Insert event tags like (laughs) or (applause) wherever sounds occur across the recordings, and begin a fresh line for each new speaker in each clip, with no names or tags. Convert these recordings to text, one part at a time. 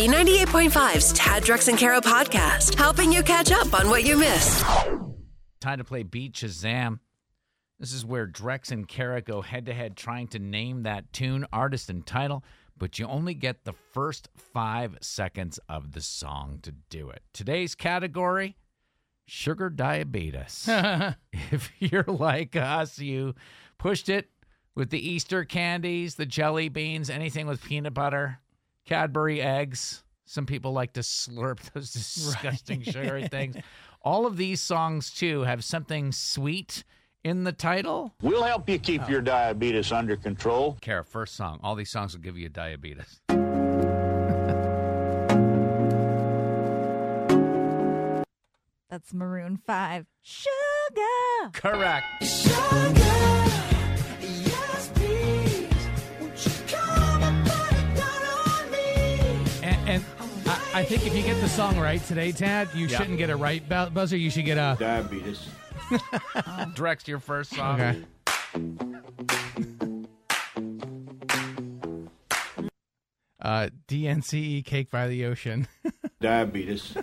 B98.5's Tad Drex and Kara podcast, helping you catch up on what you missed.
Time to play Beat Shazam. This is where Drex and Kara go head to head trying to name that tune, artist, and title, but you only get the first five seconds of the song to do it. Today's category sugar diabetes. if you're like us, you pushed it with the Easter candies, the jelly beans, anything with peanut butter, Cadbury eggs. Some people like to
(laughs)
slurp those disgusting sugary things. All of these songs, too, have something sweet in the title.
We'll help you keep your diabetes under control.
Kara, first song. All these songs will give you diabetes.
That's Maroon 5. Sugar!
Correct.
And, and I, I think if you get the song right today, Tad, you
Yeah.
shouldn't get a right bu- buzzer. You should get a.
Diabetes.
Drex, your first song.
Okay. Uh, DNCE Cake by the Ocean.
Diabetes.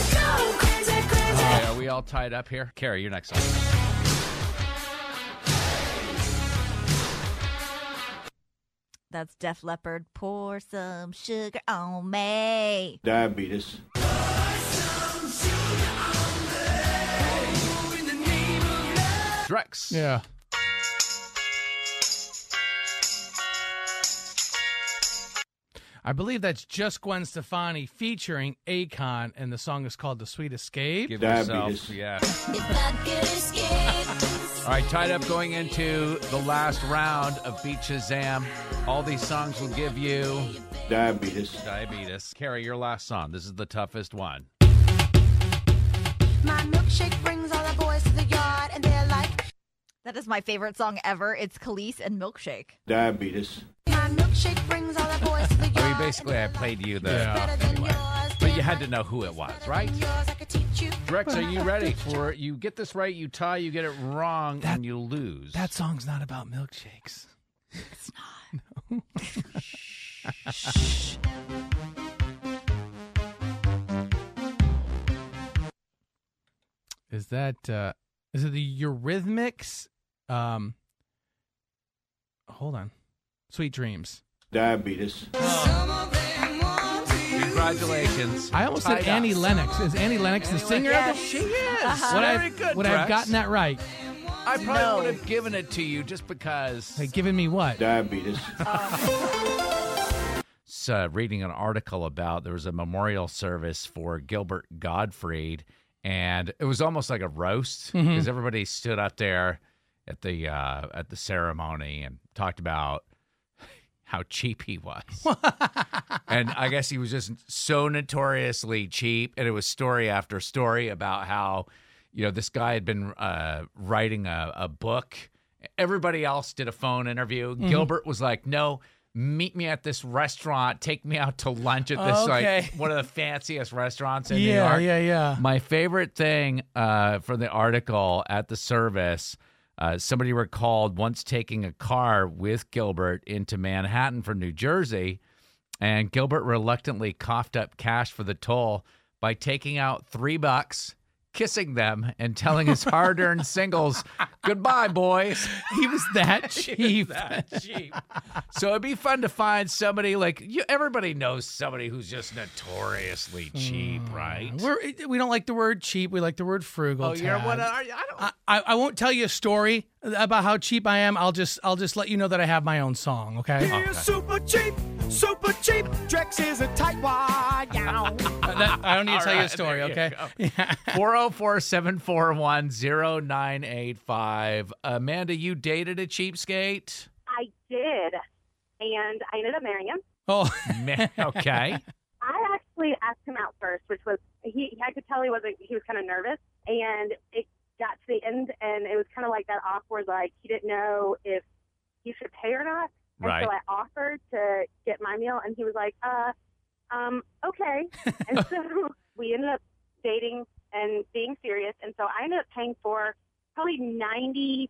Okay, are we all tied up here? Carrie, your next song.
That's Def Leppard. Pour some sugar on me.
Diabetes.
Drex.
Yeah. I believe that's just Gwen Stefani featuring Akon, and the song is called The Sweet Escape.
Give
Diabetes.
yourself. Yeah. All right, tied up going into the last round of Beat Shazam. All these songs will give you
Diabetes.
diabetes. Carrie, your last song. This is the toughest one.
My milkshake brings all the boys to the yard, and they're like,
That is my favorite song ever. It's Khalees and Milkshake.
Diabetes.
My milkshake brings all the boys to the yard.
I mean, basically, I played you the.
Yeah.
Better than yours,
But you had to know who it was, right?
yours, I could teach you.
Drex, are you
(laughs)
ready for You get this right, you tie, you get it wrong, and you lose.
That song's not about milkshakes. (laughs) It's not. is that uh is it the Eurythmics? Um Hold on. Sweet Dreams.
Diabetes.
Congratulations.
I almost said
Tied up.
Annie Lennox. Is Annie Lennox the singer of
Lennox.
this?
She is.
Would I,
Very good,
would I
Drex.
have gotten that right?
I probably would have given it to you just because.
Like giving me what?
Diabetes.
s- uh, reading an article about there was a memorial service for Gilbert Gottfried, and it was almost like a roast
Mm-hmm.
because everybody stood up there at the uh, at the ceremony and talked about how cheap he was.
(laughs)
and I guess he was just so notoriously cheap. And it was story after story about how, you know, this guy had been uh, writing a, a book. Everybody else did a phone interview.
Mm-hmm.
Gilbert was like, no. Meet me at this restaurant. Take me out to lunch at this
Okay.
like one of the fanciest restaurants in New
Yeah,
York.
yeah, yeah. (laughs)
My favorite thing uh, from the article at the service, uh, somebody recalled once taking a car with Gilbert into Manhattan from New Jersey, and Gilbert reluctantly coughed up cash for the toll by taking out three bucks. Kissing them and telling his hard earned
(laughs)
singles, goodbye, boys.
He was (laughs) that cheap.
So it'd be fun to find somebody like you, everybody knows somebody who's just notoriously cheap, right?
Mm, We're, we don't like the word cheap. We like the word frugal.
Oh, you're
Tad.
what? uh, Are you? I don't.
I, I I won't tell you a story about how cheap I am. I'll just I'll just let you know that I have my own song. Okay.
Super cheap, super cheap. Drex is a tight wad. yow.
Oh. That- I don't need to
All
tell you a
right,
story.
there you
Okay. (laughs)
go. 404 741 0985. Amanda, you dated a cheapskate?
I did. And I ended up marrying him.
Oh,
Ma-
(laughs)
okay.
I actually asked him out first, which was he I could tell he wasn't he was kinda nervous and it got to the end and it was kinda like that awkward like he didn't know if he should pay or not. And
Right.
so I offered to get my meal and he was like, Uh, um, okay. and so we ended up dating and being serious and so I ended up paying for probably 95%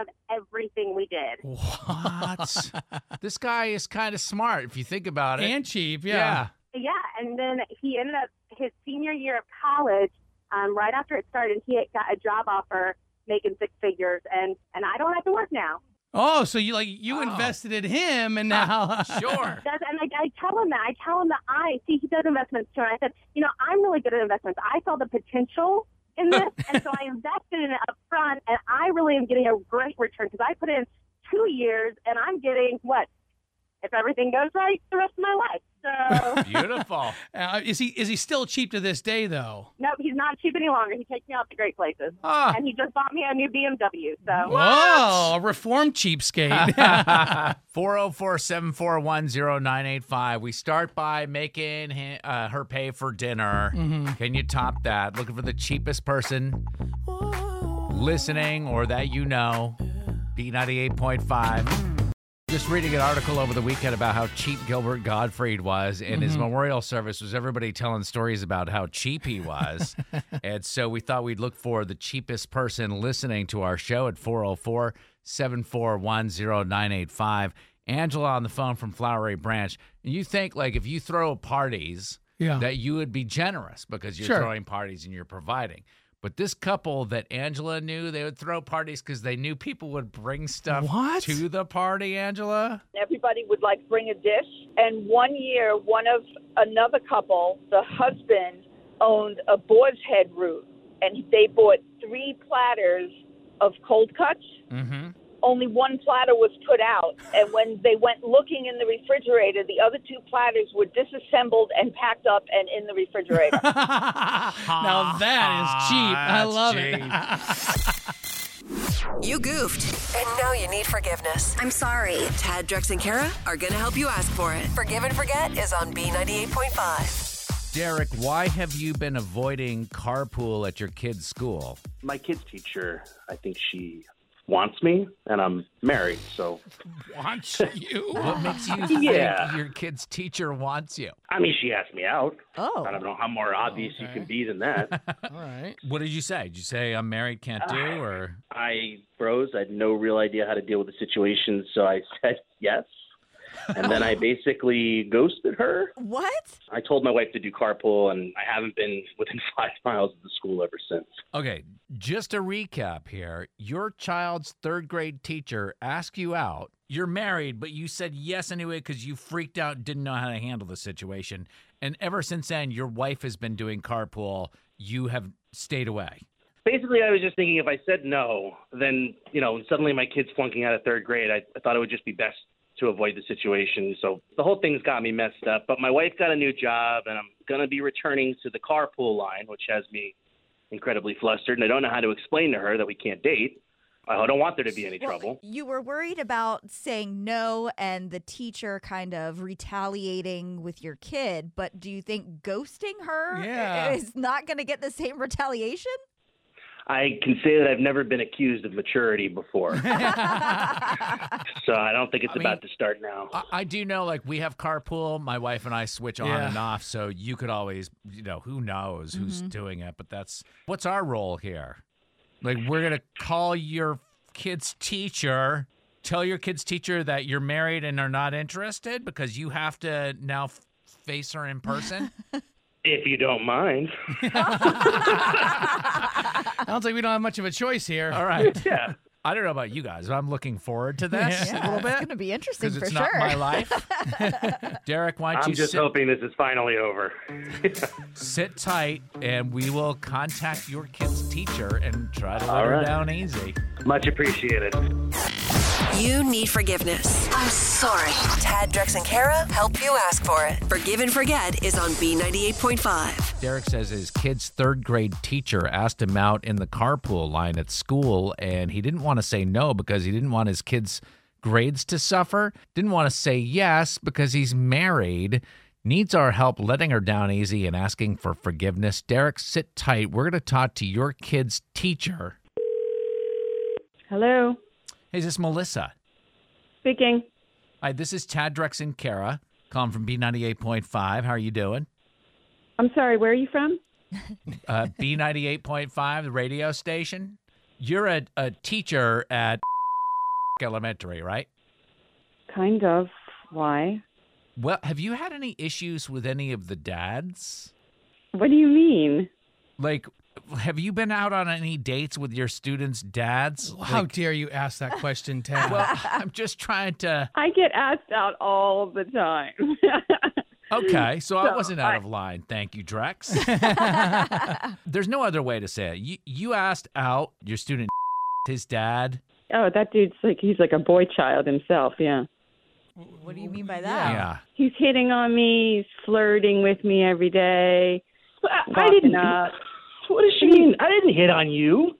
of everything we did.
(laughs)
What? this guy is kind of smart if you think about it.
and cheap. Yeah.
yeah.
Yeah, and then he ended up his senior year of college, um, right after it started, he had got a job offer making six figures, and and I don't have to work now.
Oh, so you like you
Oh.
invested in him, and now
Sure.
That's, and I, I tell him that I tell him that I see he does investments too, and I said, you know, I'm really good at investments. I saw the potential in this, and so I invested in it up front, and I really am getting a great return because I put in two years, and I'm getting what if everything goes right the rest of my life. So
Beautiful.
(laughs) Uh, is he is he still cheap to this day though?
no, he's not cheap any longer. He takes me out to great places.
Ah.
and he just bought me a new BMW. So
Whoa, a reformed cheapskate. (laughs)
404-741-0985. We start by making hi uh, her pay for dinner.
Mm-hmm.
Can you top that? Looking for the cheapest person listening or that you know. B98.5. Just reading an article over the weekend about how cheap Gilbert Gottfried was, and his memorial service was everybody telling stories about how cheap he was. and so we thought we'd look for the cheapest person listening to our show at 404 741 0985. Angela on the phone from Flowery Branch. And you think, like, if you throw parties,
yeah.
that you would be generous because you're
Sure.
throwing parties and you're providing. But this couple that Angela knew, they would throw parties because they knew people would bring stuff
What?
to the party, Angela.
everybody would like bring a dish. And one year, one of another couple, the husband owned a boar's head root, and they bought three platters of cold cuts.
Mm-hmm.
Only one platter was put out, and when they went looking in the refrigerator, the other two platters were disassembled and packed up and in the refrigerator.
(laughs) now that
Ah,
is cheap. I
That's
love
cheap.
it.
You goofed. And now you need forgiveness. I'm sorry. Tad, Drex, and Kara are going to help you ask for it. Forgive and Forget is on B98.5.
Derek, why have you been avoiding carpool at your kid's school?
my kids teacher i think she wants me and i'm married so
Wants you.
(laughs) What makes you think
Yeah.
your kid's teacher wants you?
i mean she asked me out
Oh.
i don't know how more obvious you
Okay.
can be than that
All right.
What did you say? Did you say I'm married, can't do, or
i froze i had no real idea how to deal with the situation so i (laughs) said yes and then i basically ghosted her
What?
i told my wife to do carpool and i haven't been within (laughs) five miles of the school ever since
Okay, just to recap here, your child's third grade teacher asked you out. You're married, but you said yes anyway because you freaked out, and didn't know how to handle the situation. And ever since then, your wife has been doing carpool. You have stayed away.
basically i was just thinking if i said no then you know suddenly my kids flunking out of third grade i, I thought it would just be best to avoid the situation so the whole thing's got me messed up but my wife got a new job and i'm going to be returning to the carpool line which has me incredibly flustered and i don't know how to explain to her that we can't date i don't want there to be any
Well,
trouble
You were worried about saying no and the teacher kind of retaliating with your kid, but do you think ghosting her i-
Yeah.
is not going to get the
(laughs)
same retaliation?
i can say that i've never been accused of maturity
(laughs)
before so i don't think it's
I mean-
about to start now
I, I do know, like, we have carpool. My wife and I switch on
Yeah.
and off. So you could always, you know, who knows who's
Mm-hmm.
doing it. But that's what's our role here? Like, we're going to call your kid's teacher, tell your kid's teacher that you're married and are not interested because you have to now f- face her in person.
if you don't
(laughs)
mind
(laughs) Sounds like we don't have much of a choice here.
All right.
(laughs) yeah
I don't know about you guys, but I'm looking forward
(laughs)
to this a (laughs) little
it's
bit
going to be interesting
because
for
it's
sure.
not my life.
(laughs)
Derek, why don't
i'm
you
just
sit
hoping this is finally over
Sit tight, and we will contact your kid's teacher and try to let
All
her
right.
down easy.
Much appreciated.
You need forgiveness. I'm sorry. Tad, Drex, and Kara help you ask for it. Forgive and Forget is on B98.5.
Derek says his kid's third grade teacher asked him out in the carpool line at school, and he didn't want to say no because he didn't want his kid's grades to suffer, didn't want to say yes because he's married. Needs our help letting her down easy and asking for forgiveness. Derek, sit tight. We're going to talk to your kid's teacher.
Hello,
Hey, is this Melissa?
speaking.
Hi, this is Tad Drex and Kara, calling from B98.5. How are you doing?
I'm sorry, where are you from?
Uh, B98.5, the radio station. You're a, a teacher at (laughs) elementary, right?
Kind of. Why?
Well, have you had any issues with any of the dads?
What do you mean?
Like, have you been out on any dates with your students' dads?
How
Like, (laughs)
dare you ask that question, Tad?
well, I'm just trying to.
(laughs) I get asked out all the time.
Okay, so, I
So,
wasn't out of line. Thank you, Drex. There's no other way to say it. You, you asked out your student, (laughs) his dad.
oh, that dude's like he's like a boy child himself, yeah.
What do you mean by that?
Yeah.
He's hitting on me, he's flirting with me every day.
I didn't-
What does
she mean?
I didn't hit on you.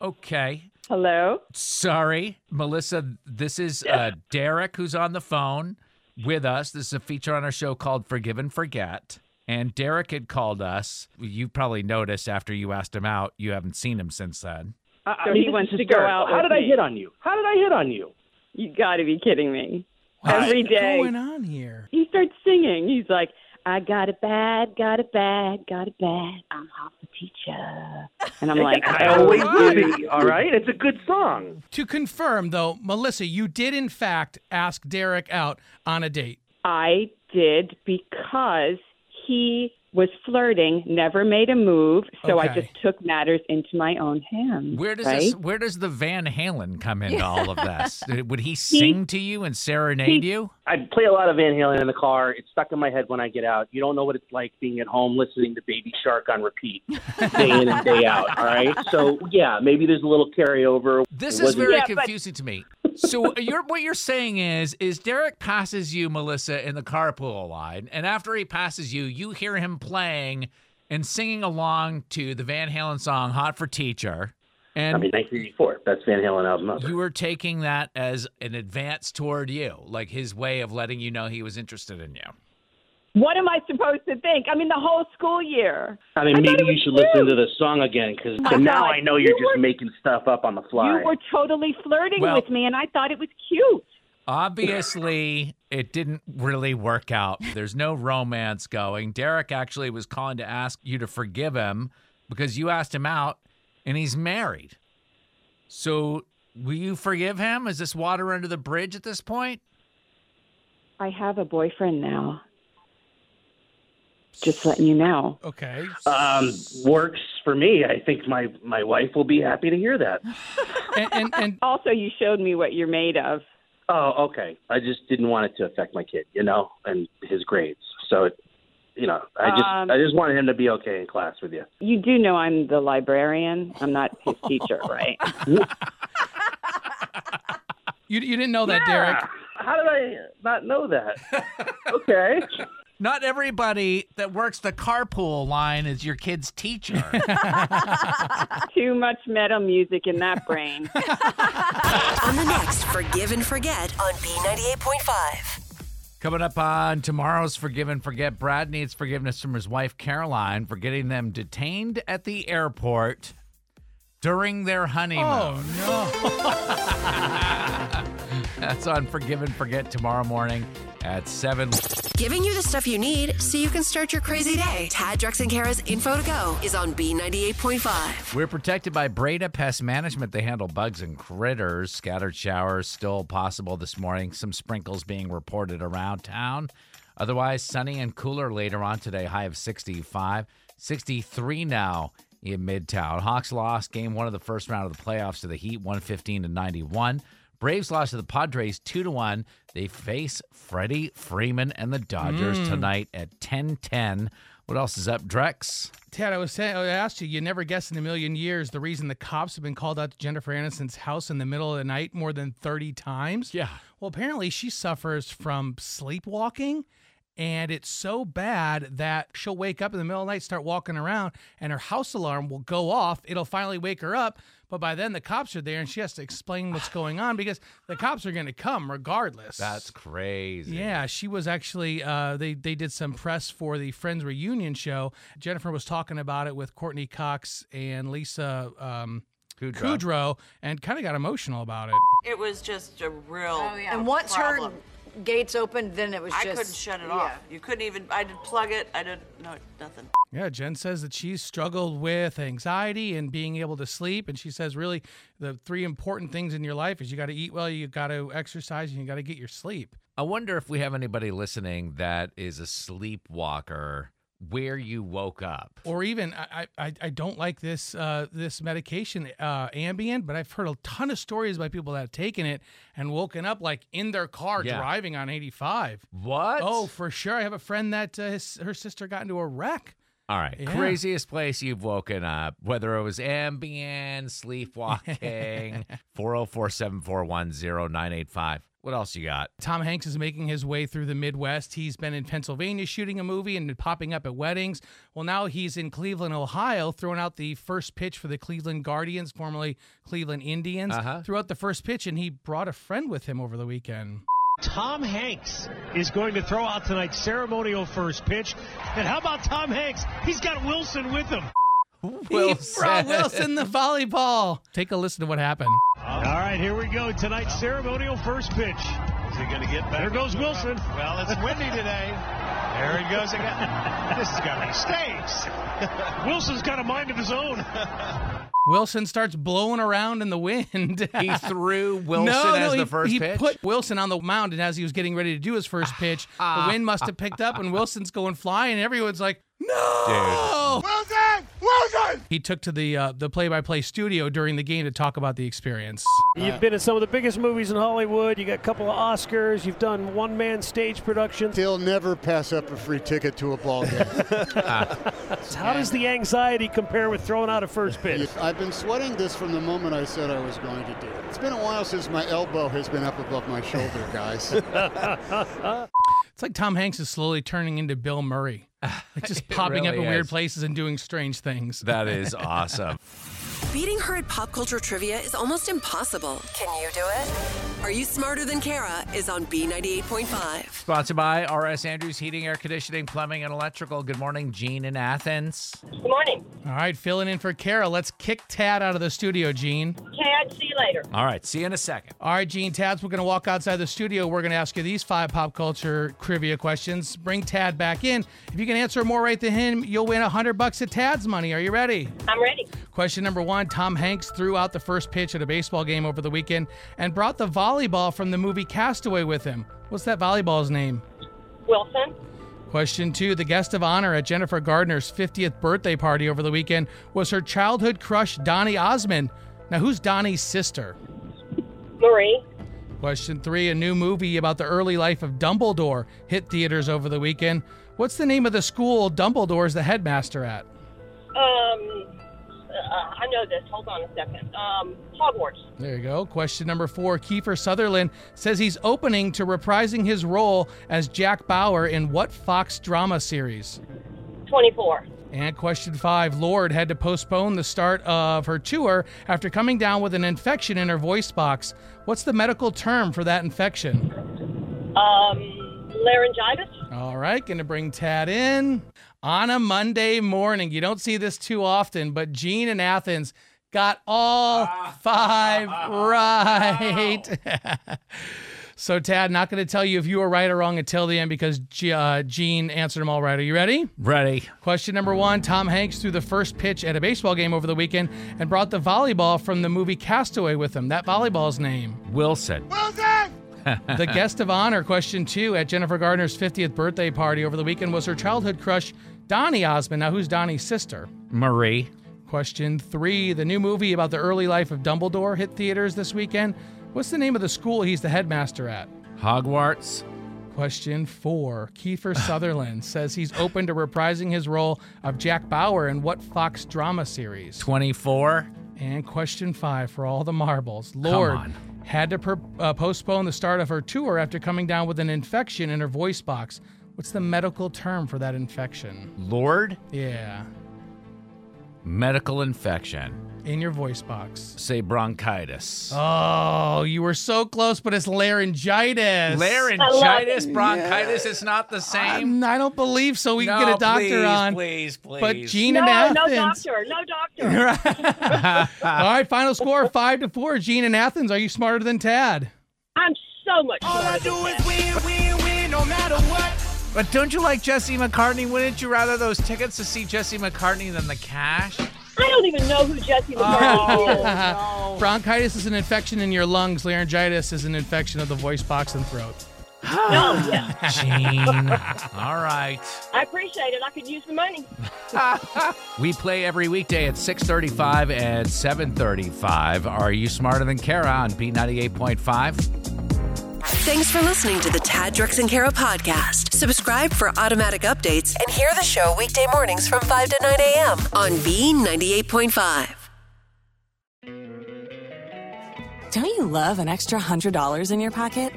Okay.
Hello?
Sorry, Melissa. This is
(laughs)
uh, Derek who's on the phone with us. This is a feature on our show called Forgive and Forget. And Derek had called us. You probably noticed after you asked him out, you haven't seen him since then.
I,
So
I
he
this
wants
is
to go
terrible.
out
How
with
did I
me.
hit on you? How did I hit on you?
You got to be kidding me.
What's
Every day.
going on here?
He starts singing. He's like, I got it bad, got it bad, got it bad. I'm half a teacher. And I'm like,
I always
oh,
will be. All right, it's a good song.
To confirm, though, Melissa, you did in fact ask Derek out on a date.
I did because he was flirting, never made a move, so I
Okay.
just took matters into my own hands.
Where does
right?
this? Where does the Van Halen come into all
(laughs)
of this? Uh, Would he sing to you and serenade you?
I play a lot of Van Halen in the car. It's stuck in my head when I get out. You don't know what it's like being at home listening to Baby Shark on
(laughs)
repeat, day in and day out. All right, so yeah, maybe there's a little carryover.
This
It
is
wasn't-
very confusing to me. So uh, you're, what you're saying is, is Derek passes you, Melissa, in the carpool line, and after he passes you, you hear him playing and singing along to the Van Halen song "Hot for Teacher," and
I mean, 1984. That's Van Halen album. number.
you were taking that as an advance toward you, like his way of letting you know he was interested in you.
What am I supposed to think? I mean, the whole school year.
I mean,
I thought it
maybe you
was
should
you.
listen to the song again because
Oh my
now
God.
I know you're
You
just
were-
making stuff up on the fly.
You were totally flirting
Well-
with me, and I thought it was cute.
Obviously, it didn't really work out. There's no romance going. Derek actually was calling to ask you to forgive him because you asked him out and he's married. So, will you forgive him? Is this water under the bridge at this point?
I have a boyfriend now. Just letting you know.
Okay.
Um, works for me. I think my my wife will be happy to hear that.
And, and, and
(laughs) Also, you showed me what you're made of.
Oh, okay. I just didn't want it to affect my kid, you know, and his grades. So, it, you know, I just
Um,
I just wanted him to be okay in class
(laughs)
with you.
You do know I'm the librarian. I'm not his teacher, right?
you, you didn't know that, Derek.
Ah, How did I not know (laughs) that? okay.
Not everybody that works the carpool line is your
(laughs)
kid's teacher.
Too much metal music in that
(laughs)
brain.
On the next Forgive and Forget on B98.5.
Coming up on tomorrow's Forgive and Forget, Brad needs forgiveness from his wife, Caroline, for getting them detained at the airport during their honeymoon.
Oh, no.
(laughs) That's on Forgive and Forget tomorrow morning at 7.
Giving you the stuff you need so you can start your crazy day. Tad, Drex, and Kara's info to go is on B98.5.
We're protected by Breda Pest Management. They handle bugs and critters. Scattered showers still possible this morning. Some sprinkles being reported around town. Otherwise, sunny and cooler later on today. High of 65, 63 now in Midtown. Hawks lost game one of the first round of the playoffs to the Heat, 115 to 91. Braves lost to the Padres 2 to 1. They face Freddie Freeman and the Dodgers tonight at 10:10. What else is up, Drex?
Ted, I was saying, I asked you, you never guessed in a million years the reason the cops have been called out to Jennifer Aniston's house in the middle of the night more than 30 times.
Yeah.
Well, apparently she suffers from sleepwalking, and it's so bad that she'll wake up in the middle of the night, start walking around, and her house alarm will go off. It'll finally wake her up, but by then the cops are there, and she has to explain what's going on because the cops are going to come regardless.
That's crazy.
Yeah, she was actually. Uh, they they did some press for the Friends reunion show. Jennifer was talking about it with Courtney Cox and Lisa um,
Kudrow.
Kudrow, and kind of got emotional about it.
It was just a real
And once her
gates opened, then it was
Oh, I
just.
couldn't shut it
yeah.
off. You couldn't even. I did plug it. I did no nothing.
Yeah, Jen says that she's struggled with anxiety and being able to sleep. And she says, really, the three important things in your life is you got to eat well, you got to exercise, and you got to get your sleep.
I wonder if we have anybody listening that is a sleepwalker where you woke up.
Or even, I, I, I- I don't like this uh, this medication, uh, Ambien, but I've heard a ton of stories by people that have taken it and woken up like in their car
Yeah.
driving on 85.
What?
Oh, for sure. I have a friend that uh, his, her sister got into a wreck.
All right.
Yeah.
Craziest place you've woken up, whether it was ambient,
(laughs)
sleepwalking, 404 741 0985. What else you got?
Tom Hanks is making his way through the Midwest. He's been in Pennsylvania shooting a movie and popping up at weddings. Well, now he's in Cleveland, Ohio, throwing out the first pitch for the Cleveland Guardians, formerly Cleveland Indians.
Uh-huh.
Threw out the first pitch, and he brought a friend with him over the weekend.
Tom Hanks is going to throw out tonight's ceremonial first pitch. And how about Tom Hanks? He's got Wilson with him.
He
(laughs)
brought Wilson the volleyball. Take a listen to what happened.
All right, here we go. Tonight's ceremonial first pitch. Is he going to get back? There goes Wilson. Well, it's windy today. (laughs) There he goes again. this has got to be (laughs) stakes. Wilson's got a mind of his own.
Wilson starts blowing around in the wind.
(laughs)
(laughs)
He threw Wilson
no,
as
no,
the
he-
first
he
pitch?
put Wilson on the mound, and as he was getting ready to do his first pitch,
Ah.
the wind must have picked up, and Wilson's going flying, and everyone's like, "No!"
Wilson! Wilson!
He took to the uh, the play by play studio during the game to talk about the experience.
You've been in some of the biggest movies in Hollywood. You got a couple of Oscars. You've done one man stage productions.
They'll never pass up a free ticket to a ball game.
(laughs) Ah. How does the anxiety compare with throwing out a first pitch?
I've been sweating this from the moment I said I was going to do it. It's been a while since my elbow has been up above my shoulder, guys.
It's like Tom Hanks is slowly turning into Bill
(laughs)
Murray, like just popping up
really
in weird
is.
places and doing strange things.
(laughs) That is awesome.
Beating her at pop culture trivia is almost impossible. Can you do it? Are You Smarter Than Kara is on B98.5.
Sponsored by RS Andrews Heating, Air Conditioning, Plumbing, and Electrical. Good morning, Gene in Athens.
Good morning.
All right, filling in for Kara. Let's kick Tad out of the studio, Gene.
Tad, see you later.
All right, see you in a second.
All right, Gene Tabs, we're going to walk outside the studio. We're going to ask you these five pop culture trivia questions. Bring Tad back in. If you can answer more right than him, you'll win 100 bucks of Tad's money. Are you ready?
I'm ready.
Question number one Tom Hanks threw out the first pitch at a baseball game over the weekend and brought the volleyball from the movie Castaway with him. What's that volleyball's name?
Wilson,
Question two The guest of honor at Jennifer Gardner's 50th birthday party over the weekend was her childhood crush, Donnie Osmond. Now, who's Donnie's sister?
Marie,
Question three A new movie about the early life of Dumbledore hit theaters over the weekend. What's the name of the school Dumbledore's the headmaster at?
um, uh, I know this. Hold on a second. Um, Hogwarts.
There you go. Question number four Kiefer Sutherland says he's opening to reprising his role as Jack Bauer in what Fox drama series?
24.
And question five Lord had to postpone the start of her tour after coming down with an infection in her voice box. What's the medical term for that infection?
Um, laryngitis.
All right, gonna bring Tad in on a Monday morning. You don't see this too often, but Gene in Athens got all five right. (laughs) so Tad, not gonna tell you if you were right or wrong until the end because G- uh, Gene answered them all right. Are you ready?
Ready.
Question number one: Tom Hanks threw the first pitch at a baseball game over the weekend and brought the volleyball from the movie Castaway with him. That volleyball's name.
Wilson.
Wilson!
the guest of honor, question two, at Jennifer Gardner's 50th birthday party over the weekend was her childhood crush, Donnie Osmond. Now, who's Donnie's sister?
Marie.
Question three, the new movie about the early life of Dumbledore hit theaters this weekend. What's the name of the school he's the headmaster at?
Hogwarts.
Question four, Kiefer Sutherland says he's open to reprising his role of Jack Bauer in what Fox drama series?
24.
And question five for all the marbles.
Come
Lord
on.
had to per- uh, postpone the start of her tour after coming down with an infection in her voice box. What's the medical term for that infection?
Lord.
Yeah,
Medical infection.
in your voice box.
Say bronchitis.
Oh, you were so close, but it's laryngitis.
Laryngitis, bronchitis, it's not the same.
Mm, I don't believe so. We can
No,
get a doctor
please,
on.
please,
But
please.
Gene
no,
and
no
Athens.
doctor. No doctor.
All right, final score five to four. Gene and Athens, are you smarter than Tad?
I'm so much.
All I do is win, win, win, no matter what.
But don't you like Jesse McCartney? Wouldn't you rather those tickets to see Jesse McCartney than the cash?
I don't even know who Jesse McCartney is.
Bronchitis is an infection in your lungs. Laryngitis is an infection of the voice box and throat.
No, yeah.
Gene. (laughs) All right.
I appreciate it. I could use the money.
(laughs) We play every weekday at 6:35 and 7:35. Are you smarter than Kara on B98.5?
Thanks for listening to the Tad Drex and Kara podcast. Subscribe for automatic updates and hear the show weekday mornings from 5 to 9 a.m. on B98.5.
Don't you love an extra $100 in your pocket?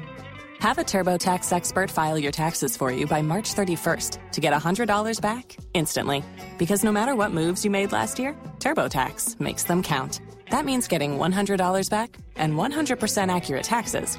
Have a TurboTax expert file your taxes for you by March 31st to get $100 back instantly. Because no matter what moves you made last year, TurboTax makes them count. That means getting $100 back and 100% accurate taxes